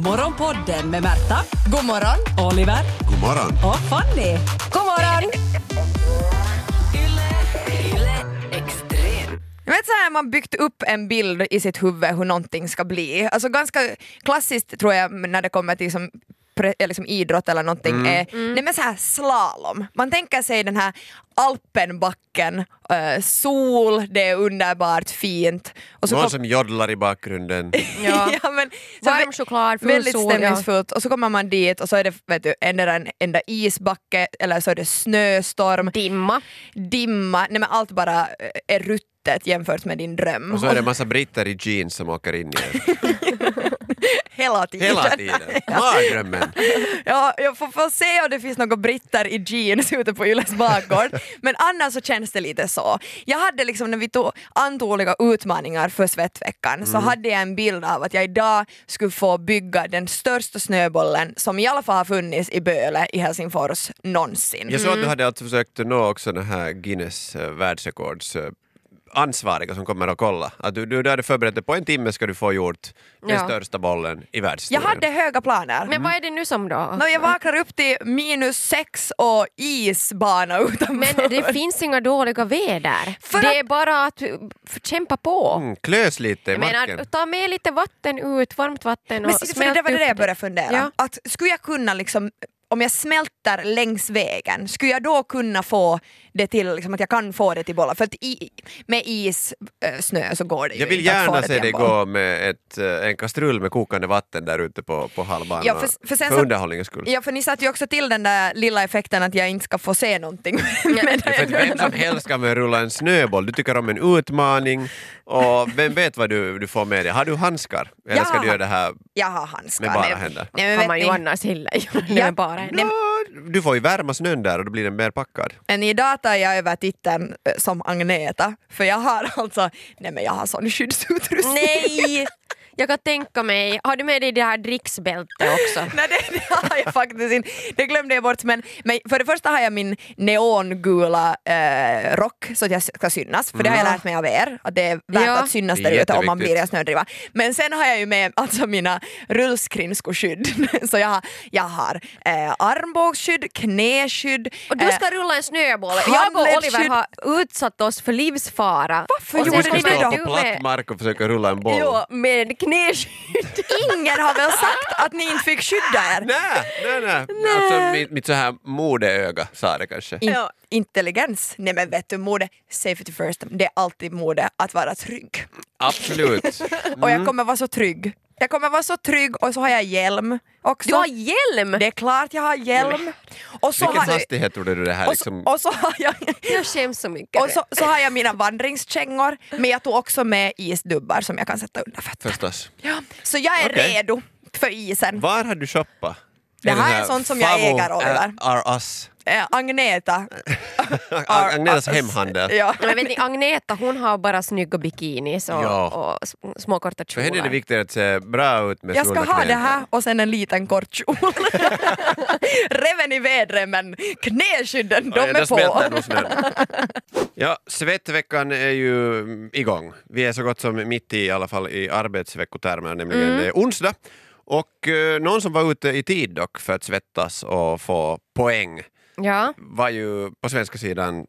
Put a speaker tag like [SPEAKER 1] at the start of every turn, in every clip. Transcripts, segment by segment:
[SPEAKER 1] Morgonpodden med Märta,
[SPEAKER 2] God morgon!
[SPEAKER 1] Oliver
[SPEAKER 3] God morgon.
[SPEAKER 1] och Fanny.
[SPEAKER 2] God morgon! Jag vet så här, man byggt upp en bild i sitt huvud hur någonting ska bli. Alltså ganska klassiskt tror jag när det kommer till liksom pre- eh, liksom idrott eller någonting. Eh, Nej men så här slalom. Man tänker sig den här alpenbacken, eh, sol, det är underbart fint. Och
[SPEAKER 4] Någon
[SPEAKER 2] kom-
[SPEAKER 4] som joddlar i bakgrunden.
[SPEAKER 2] ja.
[SPEAKER 5] Ja.
[SPEAKER 2] men, så
[SPEAKER 5] Varm
[SPEAKER 2] vä-
[SPEAKER 5] choklad, full
[SPEAKER 2] Väldigt
[SPEAKER 5] sol, ja.
[SPEAKER 2] stämningsfullt och så kommer man dit och så är det vet du, endera en enda isbacke eller så är det snöstorm,
[SPEAKER 5] Dimma.
[SPEAKER 2] dimma, nej men allt bara eh, är ruttet jämfört med din dröm.
[SPEAKER 4] Och så är det en massa britter i jeans som åker in i er.
[SPEAKER 2] hela tiden.
[SPEAKER 4] Hela tiden. Mardrömmen.
[SPEAKER 2] Ja, jag får, får se om det finns några britter i jeans ute på Yles bakgård. Men annars så känns det lite så. Jag hade liksom när vi tog, antog olika utmaningar för Svettveckan så hade jag en bild av att jag idag skulle få bygga den största snöbollen som i alla fall har funnits i Böle i Helsingfors någonsin.
[SPEAKER 4] Jag såg att du hade alltså försökt nå också den här Guinness eh, världsrekords eh, ansvariga som kommer att kolla. Att du, du, du hade förberett dig på en timme ska du få gjort den
[SPEAKER 5] Ja.
[SPEAKER 4] största bollen i
[SPEAKER 2] Jag
[SPEAKER 4] världshistorien.
[SPEAKER 2] hade höga planer.
[SPEAKER 5] Men vad är det nu som då?
[SPEAKER 2] Mm. Nå, jag vaknar upp till minus sex och isbana utanför.
[SPEAKER 5] Men det finns inga dåliga väder.
[SPEAKER 2] För
[SPEAKER 5] det är bara att uh, f- kämpa på.
[SPEAKER 4] Mm, klös lite i
[SPEAKER 5] Jag menar,
[SPEAKER 4] marken.
[SPEAKER 5] ta med lite vatten ut, varmt vatten och
[SPEAKER 2] Men se, för det
[SPEAKER 5] smält
[SPEAKER 2] där var det
[SPEAKER 5] upp
[SPEAKER 2] där jag började fundera.
[SPEAKER 5] Ja.
[SPEAKER 2] Att skulle jag kunna liksom om jag smälter längs vägen, skulle jag då kunna få det till liksom, att jag kan få det till bollar? För att i, med is, äh, snö så går det ju
[SPEAKER 4] Jag vill
[SPEAKER 2] inte att få
[SPEAKER 4] gärna
[SPEAKER 2] det
[SPEAKER 4] se
[SPEAKER 2] till
[SPEAKER 4] dig
[SPEAKER 2] en boll.
[SPEAKER 4] gå med ett, eh, en kastrull med kokande vatten där ute på, på halvbanan.
[SPEAKER 2] Ja, för- för sen så-
[SPEAKER 4] underhållningens skull.
[SPEAKER 2] Ja, för ni satte ju också till den där lilla effekten att jag inte ska få se någonting.
[SPEAKER 4] Ja, för att vem som helst kan väl rulla en snöboll. Du tycker om en utmaning och vem vet vad du, du får med dig. Har du handskar? Eller ska
[SPEAKER 2] Ja.
[SPEAKER 4] du göra det här?
[SPEAKER 2] jag har handskar.
[SPEAKER 4] Med bara
[SPEAKER 2] Nej,
[SPEAKER 4] händer.
[SPEAKER 2] Nej, men
[SPEAKER 5] Kan man
[SPEAKER 2] vet
[SPEAKER 5] ju
[SPEAKER 2] ni,
[SPEAKER 5] annars illa göra
[SPEAKER 2] Ja.
[SPEAKER 5] med bara en.
[SPEAKER 2] Nej,
[SPEAKER 4] Nå, Du får ju värma snön där och då blir den mer packad.
[SPEAKER 2] Men idag tar jag över titeln eh, som Agneta, för jag har alltså, nej men jag har sån skyddsutrustning.
[SPEAKER 5] Nej! Jag kan tänka mig, har du med dig det här dricksbältet också?
[SPEAKER 2] Nej det, det har jag faktiskt inte, det glömde jag bort. Men, men för det första har jag min neongula eh, rock så att jag ska synas, för det har jag lärt mig av er, att det är värt
[SPEAKER 5] Mm. Ja.
[SPEAKER 2] att synas
[SPEAKER 4] Det är
[SPEAKER 2] där ute om man
[SPEAKER 4] jätteviktigt.
[SPEAKER 2] blir en snödriva. Men sen har jag ju med alltså mina rullskridskoskydd, så jag har, jag har eh, armbågsskydd, knäskydd,
[SPEAKER 5] Och du
[SPEAKER 2] eh,
[SPEAKER 5] ska rulla en snöboll. Jag och Oliver
[SPEAKER 2] handledsskydd.
[SPEAKER 5] har utsatt oss för livsfara.
[SPEAKER 2] Varför
[SPEAKER 5] Och
[SPEAKER 2] gjorde
[SPEAKER 5] sen
[SPEAKER 4] Du
[SPEAKER 2] det
[SPEAKER 4] ska
[SPEAKER 2] är
[SPEAKER 4] stå
[SPEAKER 5] kommer
[SPEAKER 2] idag.
[SPEAKER 5] du
[SPEAKER 4] på platt
[SPEAKER 5] med,
[SPEAKER 4] mark och försöka rulla en boll.
[SPEAKER 5] jo, med knäskydd.
[SPEAKER 2] Ingen har väl sagt att ni inte fick skydda er?
[SPEAKER 4] Nej, nej, nej. Alltså, mitt, mitt så här modeöga sa det kanske.
[SPEAKER 2] In- Intelligens? Nej men vet du, mode, safety first, det är alltid mode att vara trygg.
[SPEAKER 4] Absolut.
[SPEAKER 2] Och
[SPEAKER 4] Mm.
[SPEAKER 2] jag kommer vara så trygg. Jag kommer vara så trygg och så har jag hjälm också.
[SPEAKER 5] Du har hjälm!
[SPEAKER 2] det är klart jag har hjälm. Och så
[SPEAKER 4] Vilken
[SPEAKER 2] har,
[SPEAKER 4] hastighet trodde du det här
[SPEAKER 2] och så,
[SPEAKER 4] liksom...
[SPEAKER 2] och så har jag,
[SPEAKER 5] Jag skäms så mycket.
[SPEAKER 2] och så, så har jag mina vandringskängor men jag tog också med isdubbar som jag kan sätta under fötterna.
[SPEAKER 4] Förstås.
[SPEAKER 2] Ja. Så jag är
[SPEAKER 4] Okej.
[SPEAKER 2] redo för isen.
[SPEAKER 4] Var har du shoppat?
[SPEAKER 2] Det
[SPEAKER 4] den
[SPEAKER 2] här är sånt som jag
[SPEAKER 4] Favo
[SPEAKER 2] äger, Oliver.
[SPEAKER 4] Are us.
[SPEAKER 2] Eh, Agneta. Are
[SPEAKER 4] Agnetas
[SPEAKER 2] us.
[SPEAKER 4] hemhandel.
[SPEAKER 2] Ja.
[SPEAKER 5] Men vet ni, Agneta hon har bara snygga bikinis och,
[SPEAKER 4] Ja.
[SPEAKER 5] och s- små korta
[SPEAKER 4] För
[SPEAKER 5] kjolar.
[SPEAKER 4] henne är det viktigt att se bra ut med
[SPEAKER 2] Jag ska
[SPEAKER 4] svullna
[SPEAKER 2] ha
[SPEAKER 4] knän.
[SPEAKER 2] det här och sen en liten kort kjol. Reven i vädret men knäskydden, de
[SPEAKER 4] Ja,
[SPEAKER 2] är
[SPEAKER 4] där smälter
[SPEAKER 2] på.
[SPEAKER 4] nog snön. Ja, Svettveckan är ju mm, igång. Vi är så gott som mitt i, i alla fall i arbetsveckotermer, nämligen
[SPEAKER 2] Mm.
[SPEAKER 4] det är onsdag. Och eh, någon som var ute i tid dock för att svettas och få poäng
[SPEAKER 5] Ja.
[SPEAKER 4] var ju på svenska sidan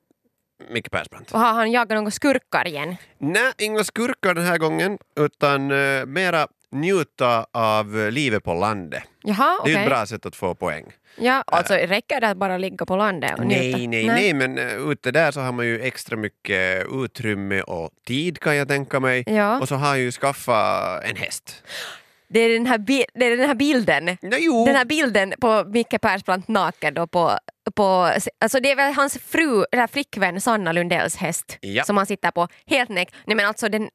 [SPEAKER 4] Micke Persbrandt.
[SPEAKER 5] Och har han jagat några skurkar igen?
[SPEAKER 4] Nej, inga skurkar den här gången, utan eh, mera njuta av eh, livet på landet.
[SPEAKER 5] Jaha,
[SPEAKER 4] Det är
[SPEAKER 5] okej.
[SPEAKER 4] ju ett bra sätt att få poäng.
[SPEAKER 5] Ja, alltså räcker det att bara ligga på landet och njuta?
[SPEAKER 4] Nej, nej, nej, men eh, ute där så har man ju extra mycket utrymme och tid kan jag tänka mig.
[SPEAKER 5] Ja.
[SPEAKER 4] Och så har jag ju skaffat en häst.
[SPEAKER 5] Det är den här, bi- det är den här bilden.
[SPEAKER 4] Ja, jo.
[SPEAKER 5] Den här bilden på Micke Persbrandt naken då på, på alltså det är väl hans fru, eller flickvän Sanna Lundells häst
[SPEAKER 4] Ja.
[SPEAKER 5] som han sitter på helt näck. Nej men alltså den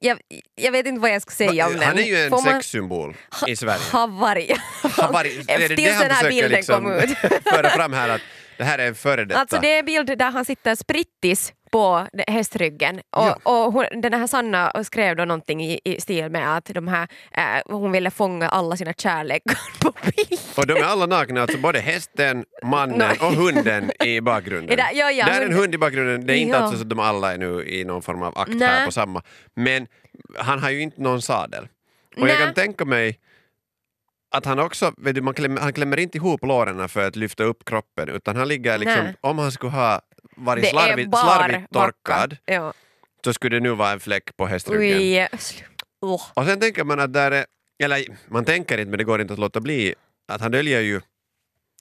[SPEAKER 5] jag, jag vet inte vad jag ska säga om den.
[SPEAKER 4] Han är ju en
[SPEAKER 5] Får man-
[SPEAKER 4] sexsymbol i Sverige.
[SPEAKER 5] Havari.
[SPEAKER 4] Han var- är det
[SPEAKER 5] Tills
[SPEAKER 4] det han
[SPEAKER 5] den här
[SPEAKER 4] försöker
[SPEAKER 5] bilden
[SPEAKER 4] liksom
[SPEAKER 5] kom ut.
[SPEAKER 4] föra fram här att det här är en före detta.
[SPEAKER 5] Alltså det är en bild där han sitter sprittis på de- hästryggen och,
[SPEAKER 4] Ja.
[SPEAKER 5] och hon, den här Sanna skrev då någonting i, i stil med att de här, eh, hon ville fånga alla sina kärlekar på bild.
[SPEAKER 4] Och de är alla nakna, alltså både hästen, mannen och hunden i bakgrunden.
[SPEAKER 5] Är det- ja, ja,
[SPEAKER 4] Där är en
[SPEAKER 5] hund-
[SPEAKER 4] hund i bakgrunden, det är inte
[SPEAKER 5] Ja.
[SPEAKER 4] alltså så att de alla är nu i någon form av akt
[SPEAKER 5] Nej.
[SPEAKER 4] här på samma. Men han har ju inte någon sadel. Och jag
[SPEAKER 5] nä.
[SPEAKER 4] kan tänka mig att han också, vet du, man klämmer, han klämmer inte ihop låren för att lyfta upp kroppen utan han ligger liksom,
[SPEAKER 5] Nej.
[SPEAKER 4] om han skulle ha varit
[SPEAKER 5] Det är
[SPEAKER 4] slarvigt,
[SPEAKER 5] bar
[SPEAKER 4] slarvigt
[SPEAKER 5] backa.
[SPEAKER 4] torkad
[SPEAKER 5] Ja.
[SPEAKER 4] så skulle det nu vara en fläck på hästryggen.
[SPEAKER 5] Oj, slu- Åh.
[SPEAKER 4] Och sen tänker man att där är, eller man tänker inte men det går inte att låta bli, att han döljer ju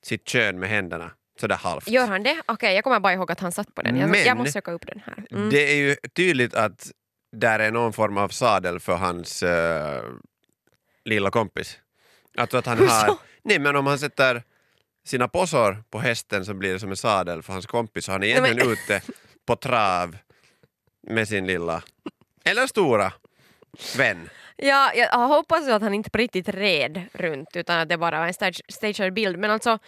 [SPEAKER 4] sitt kön med händerna sådär halvt.
[SPEAKER 5] Gör han det? Okej, jag kommer bara ihåg att han satt på den. Jag,
[SPEAKER 4] Men-
[SPEAKER 5] jag måste söka upp den här. Mm.
[SPEAKER 4] Det är ju tydligt att där är någon form av sadel för hans eh, lilla kompis. Alltså att han
[SPEAKER 5] Hur
[SPEAKER 4] har...
[SPEAKER 5] så?
[SPEAKER 4] Nej men om han sätter sina posor på hästen så blir det som en sadel för hans kompis och han är
[SPEAKER 5] men-
[SPEAKER 4] egentligen ute på trav med sin lilla, eller stora, vän.
[SPEAKER 5] Ja, jag hoppas ju att han inte på riktigt red runt utan att det bara var en stage, stagead bild. Men alltså,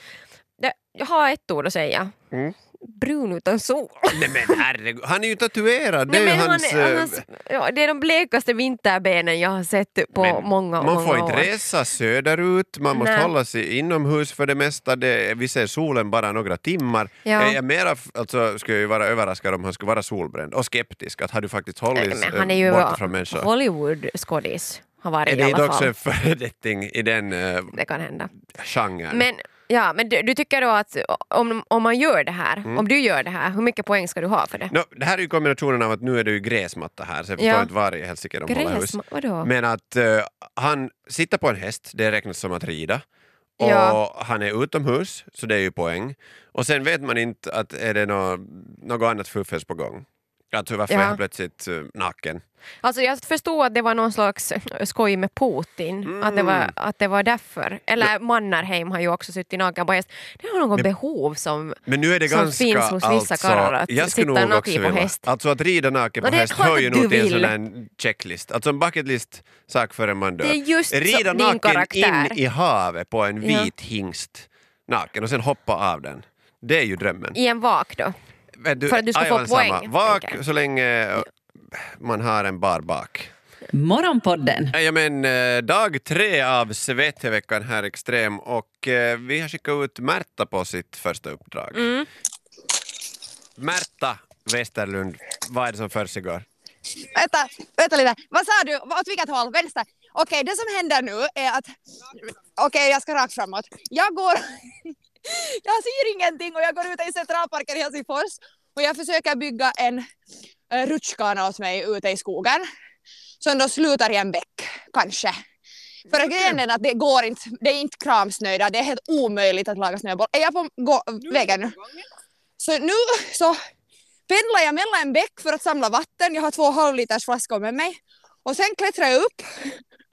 [SPEAKER 5] det, jag har ett ord att säga.
[SPEAKER 4] Mm.
[SPEAKER 5] Brun utan sol.
[SPEAKER 4] Nej men herregud, han är ju tatuerad! Det
[SPEAKER 5] Nej,
[SPEAKER 4] är
[SPEAKER 5] men
[SPEAKER 4] ju
[SPEAKER 5] han
[SPEAKER 4] hans...
[SPEAKER 5] är-
[SPEAKER 4] eh,
[SPEAKER 5] hans- ja, det är de blekaste vinterbenen jag har sett på
[SPEAKER 4] men
[SPEAKER 5] många,
[SPEAKER 4] man
[SPEAKER 5] många
[SPEAKER 4] får
[SPEAKER 5] år.
[SPEAKER 4] inte resa söderut, man måste
[SPEAKER 5] Nej.
[SPEAKER 4] hålla sig inomhus för det mesta. Det, vi ser solen bara några timmar.
[SPEAKER 5] Ja.
[SPEAKER 4] Jag, är mera, f- alltså, skulle jag ju vara överraskad om han skulle vara solbränd och skeptisk. Att har du faktiskt hållit
[SPEAKER 5] Men
[SPEAKER 4] eh,
[SPEAKER 5] han är ju
[SPEAKER 4] borta från människor?
[SPEAKER 5] Hollywood-skådis. Har varit
[SPEAKER 4] Är
[SPEAKER 5] i
[SPEAKER 4] det
[SPEAKER 5] alla
[SPEAKER 4] inte
[SPEAKER 5] fall.
[SPEAKER 4] också en föredetting i den uh,
[SPEAKER 5] Det kan hända.
[SPEAKER 4] genren?
[SPEAKER 5] Men, ja, men du, du tycker då att om, om man gör det här,
[SPEAKER 4] Mm.
[SPEAKER 5] om du gör det här, hur mycket poäng ska du ha för det?
[SPEAKER 4] Nå, det här är ju kombinationen av att nu är det ju gräsmatta här, så jag förstår
[SPEAKER 5] Ja.
[SPEAKER 4] inte var i helsike de håller hus.
[SPEAKER 5] Gräs, vadå?
[SPEAKER 4] Men att eh, han sitter på en häst, det räknas som att rida. Och
[SPEAKER 5] Ja.
[SPEAKER 4] han är utomhus, så det är ju poäng. Och sen vet man inte att är det nå något annat fuffens på gång. Alltså varför
[SPEAKER 5] Ja.
[SPEAKER 4] är han plötsligt eh, naken?
[SPEAKER 5] Alltså jag förstod att det var någon slags skoj med Putin, att, det
[SPEAKER 4] Mm.
[SPEAKER 5] var, att det var därför. Eller Mannerheim har ju också suttit naken på häst. Det har något behov som...
[SPEAKER 4] Men nu är det
[SPEAKER 5] Som
[SPEAKER 4] ganska...
[SPEAKER 5] finns hos vissa
[SPEAKER 4] alltså,
[SPEAKER 5] karlar att
[SPEAKER 4] jag skulle
[SPEAKER 5] sitta
[SPEAKER 4] nog
[SPEAKER 5] naken
[SPEAKER 4] också
[SPEAKER 5] på
[SPEAKER 4] vilja.
[SPEAKER 5] häst.
[SPEAKER 4] Alltså att rida naken
[SPEAKER 5] Nå,
[SPEAKER 4] på
[SPEAKER 5] det är
[SPEAKER 4] häst
[SPEAKER 5] klart
[SPEAKER 4] hör ju
[SPEAKER 5] att du
[SPEAKER 4] nog till en
[SPEAKER 5] vill.
[SPEAKER 4] sån här checklist. Alltså en bucket list sak före man dör.
[SPEAKER 5] Det är just så-
[SPEAKER 4] rida
[SPEAKER 5] din
[SPEAKER 4] naken
[SPEAKER 5] karaktär.
[SPEAKER 4] in i havet på en
[SPEAKER 5] Ja.
[SPEAKER 4] vit hingst naken och sen hoppa av den. Det är ju drömmen.
[SPEAKER 5] I en vak då.
[SPEAKER 4] Vet
[SPEAKER 5] För att du ska få
[SPEAKER 4] Ivan Ah, Samma,
[SPEAKER 5] poäng, tänker
[SPEAKER 4] Vak
[SPEAKER 5] jag.
[SPEAKER 4] så länge eh, man har en bar bak.
[SPEAKER 1] Morgonpodden
[SPEAKER 4] Ja, men, eh, dag tre av Sveteveckan här Extrem och eh, vi har skickat ut Märta på sitt första uppdrag.
[SPEAKER 5] Mm.
[SPEAKER 4] Märta Westerlund, vad är det som försiggår?
[SPEAKER 2] Vänta, vänta lite. Vad sa du? Åt vilket håll? Vänster? Okej, det som händer nu är att... Okej, jag ska rakt framåt. Jag går... jag ser ingenting och jag går ute i Centralparken i Helsingfors och jag försöker bygga en eh, rutschkana åt mig ute i skogen som då slutar i en bäck, kanske. För grejen är att det går inte, det är inte kramsnö där, det är helt omöjligt att laga snöboll. Är jag på gå, vägen nu? Så nu så pendlar jag mellan en bäck för att samla vatten. Jag har två halvliters flaskor med mig. Och sen klättrar jag upp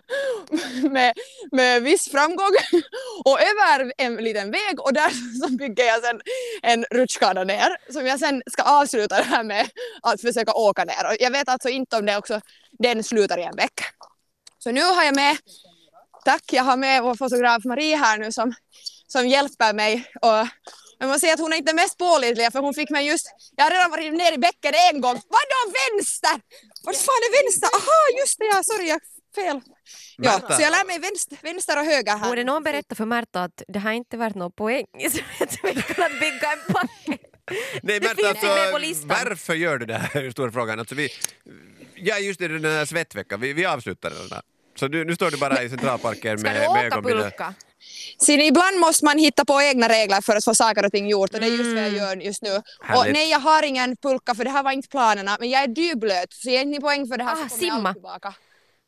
[SPEAKER 2] med, med viss framgång och över en liten väg och där så bygger jag sen en rutschkana ner som jag sen ska avsluta det här med att försöka åka ner. Och jag vet alltså inte om det också, den slutar i en bäck. Så nu har jag med, tack, jag har med vår fotograf Marie här nu som, som hjälper mig. Och jag måste säga att hon är inte mest pålitlig för hon fick mig just, jag har redan varit ner i bäcken en gång. Vadå vänster? Vad fan är vänster? Aha, just det, ja, sorry, jag fel. Ja,
[SPEAKER 4] Märta.
[SPEAKER 2] så jag lär mig vänster, vänster och höger här.
[SPEAKER 5] Borde någon berätta för Märta att det här är inte värt någon poäng i Sveteveckan att bygga en packe?
[SPEAKER 4] Nej,
[SPEAKER 5] Det
[SPEAKER 4] Märta,
[SPEAKER 5] finns
[SPEAKER 4] alltså,
[SPEAKER 5] inte med på listan.
[SPEAKER 4] varför gör du det här? är den Stora frågan. Alltså, vi, ja, just det, den här svettveckan, vi, vi avslutar den här. Så du, nu står du bara i Centralparken
[SPEAKER 5] Ska
[SPEAKER 4] med,
[SPEAKER 5] du
[SPEAKER 4] med
[SPEAKER 5] åka
[SPEAKER 4] ögonbindel.
[SPEAKER 5] pulka?
[SPEAKER 2] Sen ibland måste man hitta på egna regler för att få saker och ting gjort och det är just
[SPEAKER 5] Mm.
[SPEAKER 2] vad jag gör just nu. Och
[SPEAKER 4] Härligt.
[SPEAKER 2] nej, jag har ingen pulka för det här var inte planerna, men jag är dyblöt så ger ni poäng för det här
[SPEAKER 5] Ah,
[SPEAKER 2] så kommer jag
[SPEAKER 5] simma.
[SPEAKER 2] aldrig tillbaka.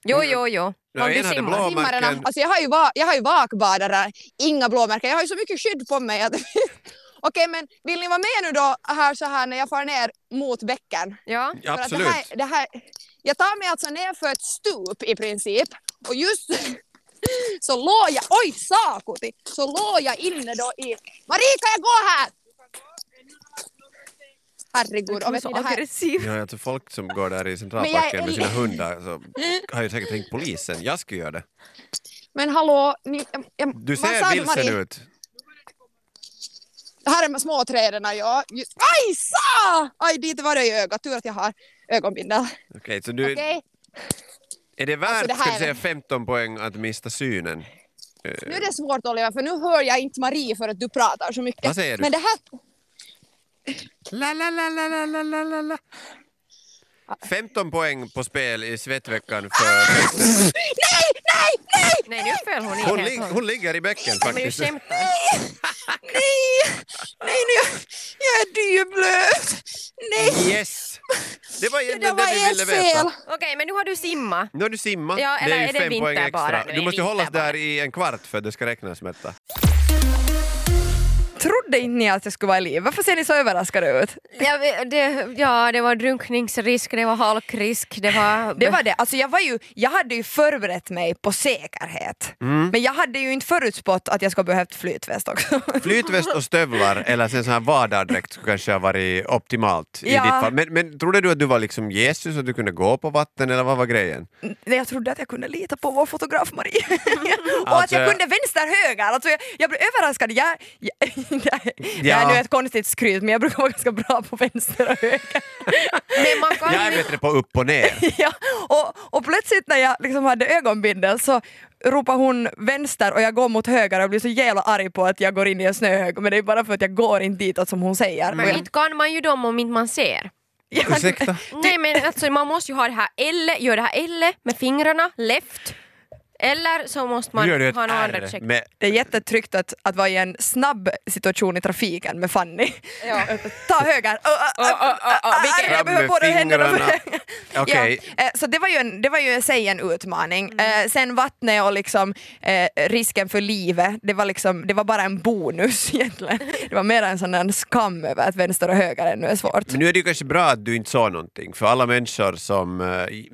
[SPEAKER 5] Jo, jo, jo.
[SPEAKER 4] Ja,
[SPEAKER 5] Om du
[SPEAKER 4] en hade
[SPEAKER 5] simmar.
[SPEAKER 4] blå- Blåmärken.
[SPEAKER 2] Simmarna, alltså jag har ju, va- jag har ju vakbadare, inga blåmärken, jag har ju så mycket skydd på mig att... Okej, men vill ni vara med nu då här så här när jag far ner mot bäcken?
[SPEAKER 5] Ja.
[SPEAKER 4] Ja,
[SPEAKER 2] För att
[SPEAKER 4] absolut.
[SPEAKER 2] Det här, det här, jag tar mig alltså ner för ett stup i princip och just så låg jag, oj sakuti, så låg jag inne då i, Marie kan jag gå här? Herregud, och
[SPEAKER 5] Du
[SPEAKER 2] vet
[SPEAKER 5] är
[SPEAKER 2] ni
[SPEAKER 5] så
[SPEAKER 2] det här?
[SPEAKER 5] aggressiv.
[SPEAKER 4] Ja, alltså folk som går där i
[SPEAKER 2] Men jag
[SPEAKER 4] Centralparken
[SPEAKER 2] är-
[SPEAKER 4] med sina hundar så har ju säkert tänkt polisen, jag skulle göra det.
[SPEAKER 2] Men hallå, ni, jag, jag,
[SPEAKER 4] Du
[SPEAKER 2] vad sa
[SPEAKER 4] ser vilsen
[SPEAKER 2] Marie?
[SPEAKER 4] ut.
[SPEAKER 2] Det här är småträden, ja. Just- Aj, sa! Aj, dit var det i ögat, tur att jag har ögonbindel.
[SPEAKER 4] Okej, så du,
[SPEAKER 2] Okej,
[SPEAKER 4] är det värt
[SPEAKER 2] Alltså, det här
[SPEAKER 4] ska du
[SPEAKER 2] är-
[SPEAKER 4] säga 15 poäng att mista synen? Eh,
[SPEAKER 2] nu är det svårt Oliver, för nu hör jag inte Marie för att du pratar så mycket.
[SPEAKER 4] Vad säger du?
[SPEAKER 2] Men det här,
[SPEAKER 4] La, la, la, la, la, la, la, la. 15 poäng på spel i svettveckan
[SPEAKER 2] Ah!
[SPEAKER 4] för...
[SPEAKER 3] Nej, nej, nej,
[SPEAKER 5] Nej, nu föll hon i
[SPEAKER 4] Hon,
[SPEAKER 5] helt
[SPEAKER 4] lig-
[SPEAKER 5] och hållet.
[SPEAKER 4] hon ligger i bäcken
[SPEAKER 5] Men du
[SPEAKER 4] faktiskt.
[SPEAKER 5] skämtar?
[SPEAKER 3] nej, nej, nej, jag är dyblöt. Nej,
[SPEAKER 4] Yes! Det var
[SPEAKER 3] det
[SPEAKER 4] egentligen
[SPEAKER 3] där
[SPEAKER 4] det,
[SPEAKER 3] var
[SPEAKER 4] du ville
[SPEAKER 3] ert
[SPEAKER 4] veta.
[SPEAKER 3] fel.
[SPEAKER 5] Okej, men nu har du simma.
[SPEAKER 4] Nu har du simmat.
[SPEAKER 5] Ja,
[SPEAKER 4] det
[SPEAKER 5] eller
[SPEAKER 4] är ju
[SPEAKER 5] är det
[SPEAKER 4] fem poäng
[SPEAKER 5] vinter bara?
[SPEAKER 4] extra.
[SPEAKER 5] Nu är
[SPEAKER 4] Du
[SPEAKER 5] det
[SPEAKER 4] måste hållas
[SPEAKER 5] vinter bara.
[SPEAKER 4] där i en kvart för att det ska räknas Märta.
[SPEAKER 2] Trodde inte ni att jag skulle vara i liv? Varför ser ni så överraskade ut?
[SPEAKER 5] Ja det, ja, det var drunkningsrisk, det var halkrisk, det var...
[SPEAKER 2] Det var det. Alltså jag, var ju, jag hade ju förberett mig på säkerhet.
[SPEAKER 4] Mm.
[SPEAKER 2] Men jag hade ju inte förutspått att jag skulle behövt flytväst också.
[SPEAKER 4] Flytväst och stövlar eller sen sån här vardardräkt skulle kanske ha varit optimalt i
[SPEAKER 2] Ja.
[SPEAKER 4] ditt fall. Men, men trodde du att du var liksom Jesus och du kunde gå på vatten eller vad var grejen?
[SPEAKER 2] Nej, jag trodde att jag kunde lita på vår fotograf Marie. och att
[SPEAKER 4] Alltså-
[SPEAKER 2] jag kunde vänster höger. Alltså jag, jag blev överraskad. Jag, jag, Det här
[SPEAKER 4] Ja.
[SPEAKER 2] är nu ett konstigt skryt men jag brukar vara ganska bra på vänster och höger.
[SPEAKER 5] Men man kan
[SPEAKER 4] Jag är
[SPEAKER 5] ju-
[SPEAKER 4] bättre på upp och ner.
[SPEAKER 2] ja, och, och plötsligt när jag liksom hade ögonbindel så ropar hon vänster och jag går mot höger och blir så jävla arg på att jag går in i en snöhög men det är bara för att jag går inte ditåt som hon säger. Och
[SPEAKER 5] Men
[SPEAKER 2] jag,
[SPEAKER 5] inte kan man ju dem om inte man ser.
[SPEAKER 2] jag,
[SPEAKER 4] Ursäkta?
[SPEAKER 5] Nej men alltså man måste ju ha det här L, gör det här L med fingrarna, left. Eller så måste man
[SPEAKER 4] Nu gör du
[SPEAKER 5] ha
[SPEAKER 4] ett
[SPEAKER 5] något annat
[SPEAKER 4] R
[SPEAKER 5] check.
[SPEAKER 4] med
[SPEAKER 2] Det är jättetryggt att, att vara i en snabb situation i trafiken med Fanny. Ta höger! Ö, ö, ö,
[SPEAKER 5] Ö, ö, ö, ö, vilken-
[SPEAKER 2] Jag behöver båda händerna.
[SPEAKER 4] Fram med Okej.
[SPEAKER 2] Ja, eh, så det var ju, en, det var ju i sig en utmaning. Eh, Sen vattnet och liksom, eh, risken för livet, det var, liksom, det var bara en bonus egentligen. Det var mer en sån där skam över att vänster och höger ännu är svårt.
[SPEAKER 4] Men nu är det ju kanske bra att du inte sa någonting, för alla människor som eh,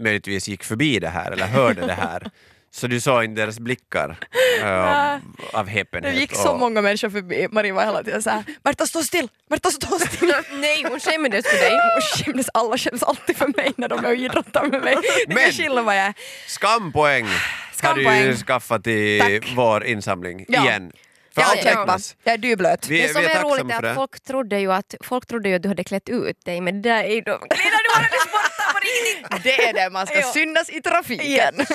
[SPEAKER 4] möjligtvis gick förbi det här eller hörde det här, så du sa inte deras blickar eh, av, av
[SPEAKER 2] Det
[SPEAKER 4] häpenhet.
[SPEAKER 2] gick så
[SPEAKER 4] och-
[SPEAKER 2] många människor förbi, Marie var hela tiden såhär “Märta stå still, Märta stå still”.
[SPEAKER 5] Nej hon skämdes för dig.
[SPEAKER 2] Och skämdes, alla skäms alltid för mig när de är och idrottar med mig. Ni
[SPEAKER 4] Men-
[SPEAKER 2] kan chilla vad jag är.
[SPEAKER 4] Skampoäng har du ju
[SPEAKER 2] Skampoäng.
[SPEAKER 4] skaffat i
[SPEAKER 2] Tack.
[SPEAKER 4] vår insamling
[SPEAKER 2] Ja.
[SPEAKER 4] igen. För
[SPEAKER 2] Jag
[SPEAKER 4] allt
[SPEAKER 2] är
[SPEAKER 4] räknas.
[SPEAKER 2] Jag är dyblöt.
[SPEAKER 4] Vi,
[SPEAKER 5] Det
[SPEAKER 4] vi
[SPEAKER 5] som
[SPEAKER 4] är
[SPEAKER 5] är roligt
[SPEAKER 4] tacksamma
[SPEAKER 5] är
[SPEAKER 4] för
[SPEAKER 5] att
[SPEAKER 4] det.
[SPEAKER 5] folk trodde ju att, folk trodde ju att du hade klätt ut dig men där är de...
[SPEAKER 2] Det är det man ska
[SPEAKER 5] Ja.
[SPEAKER 2] synas i trafiken.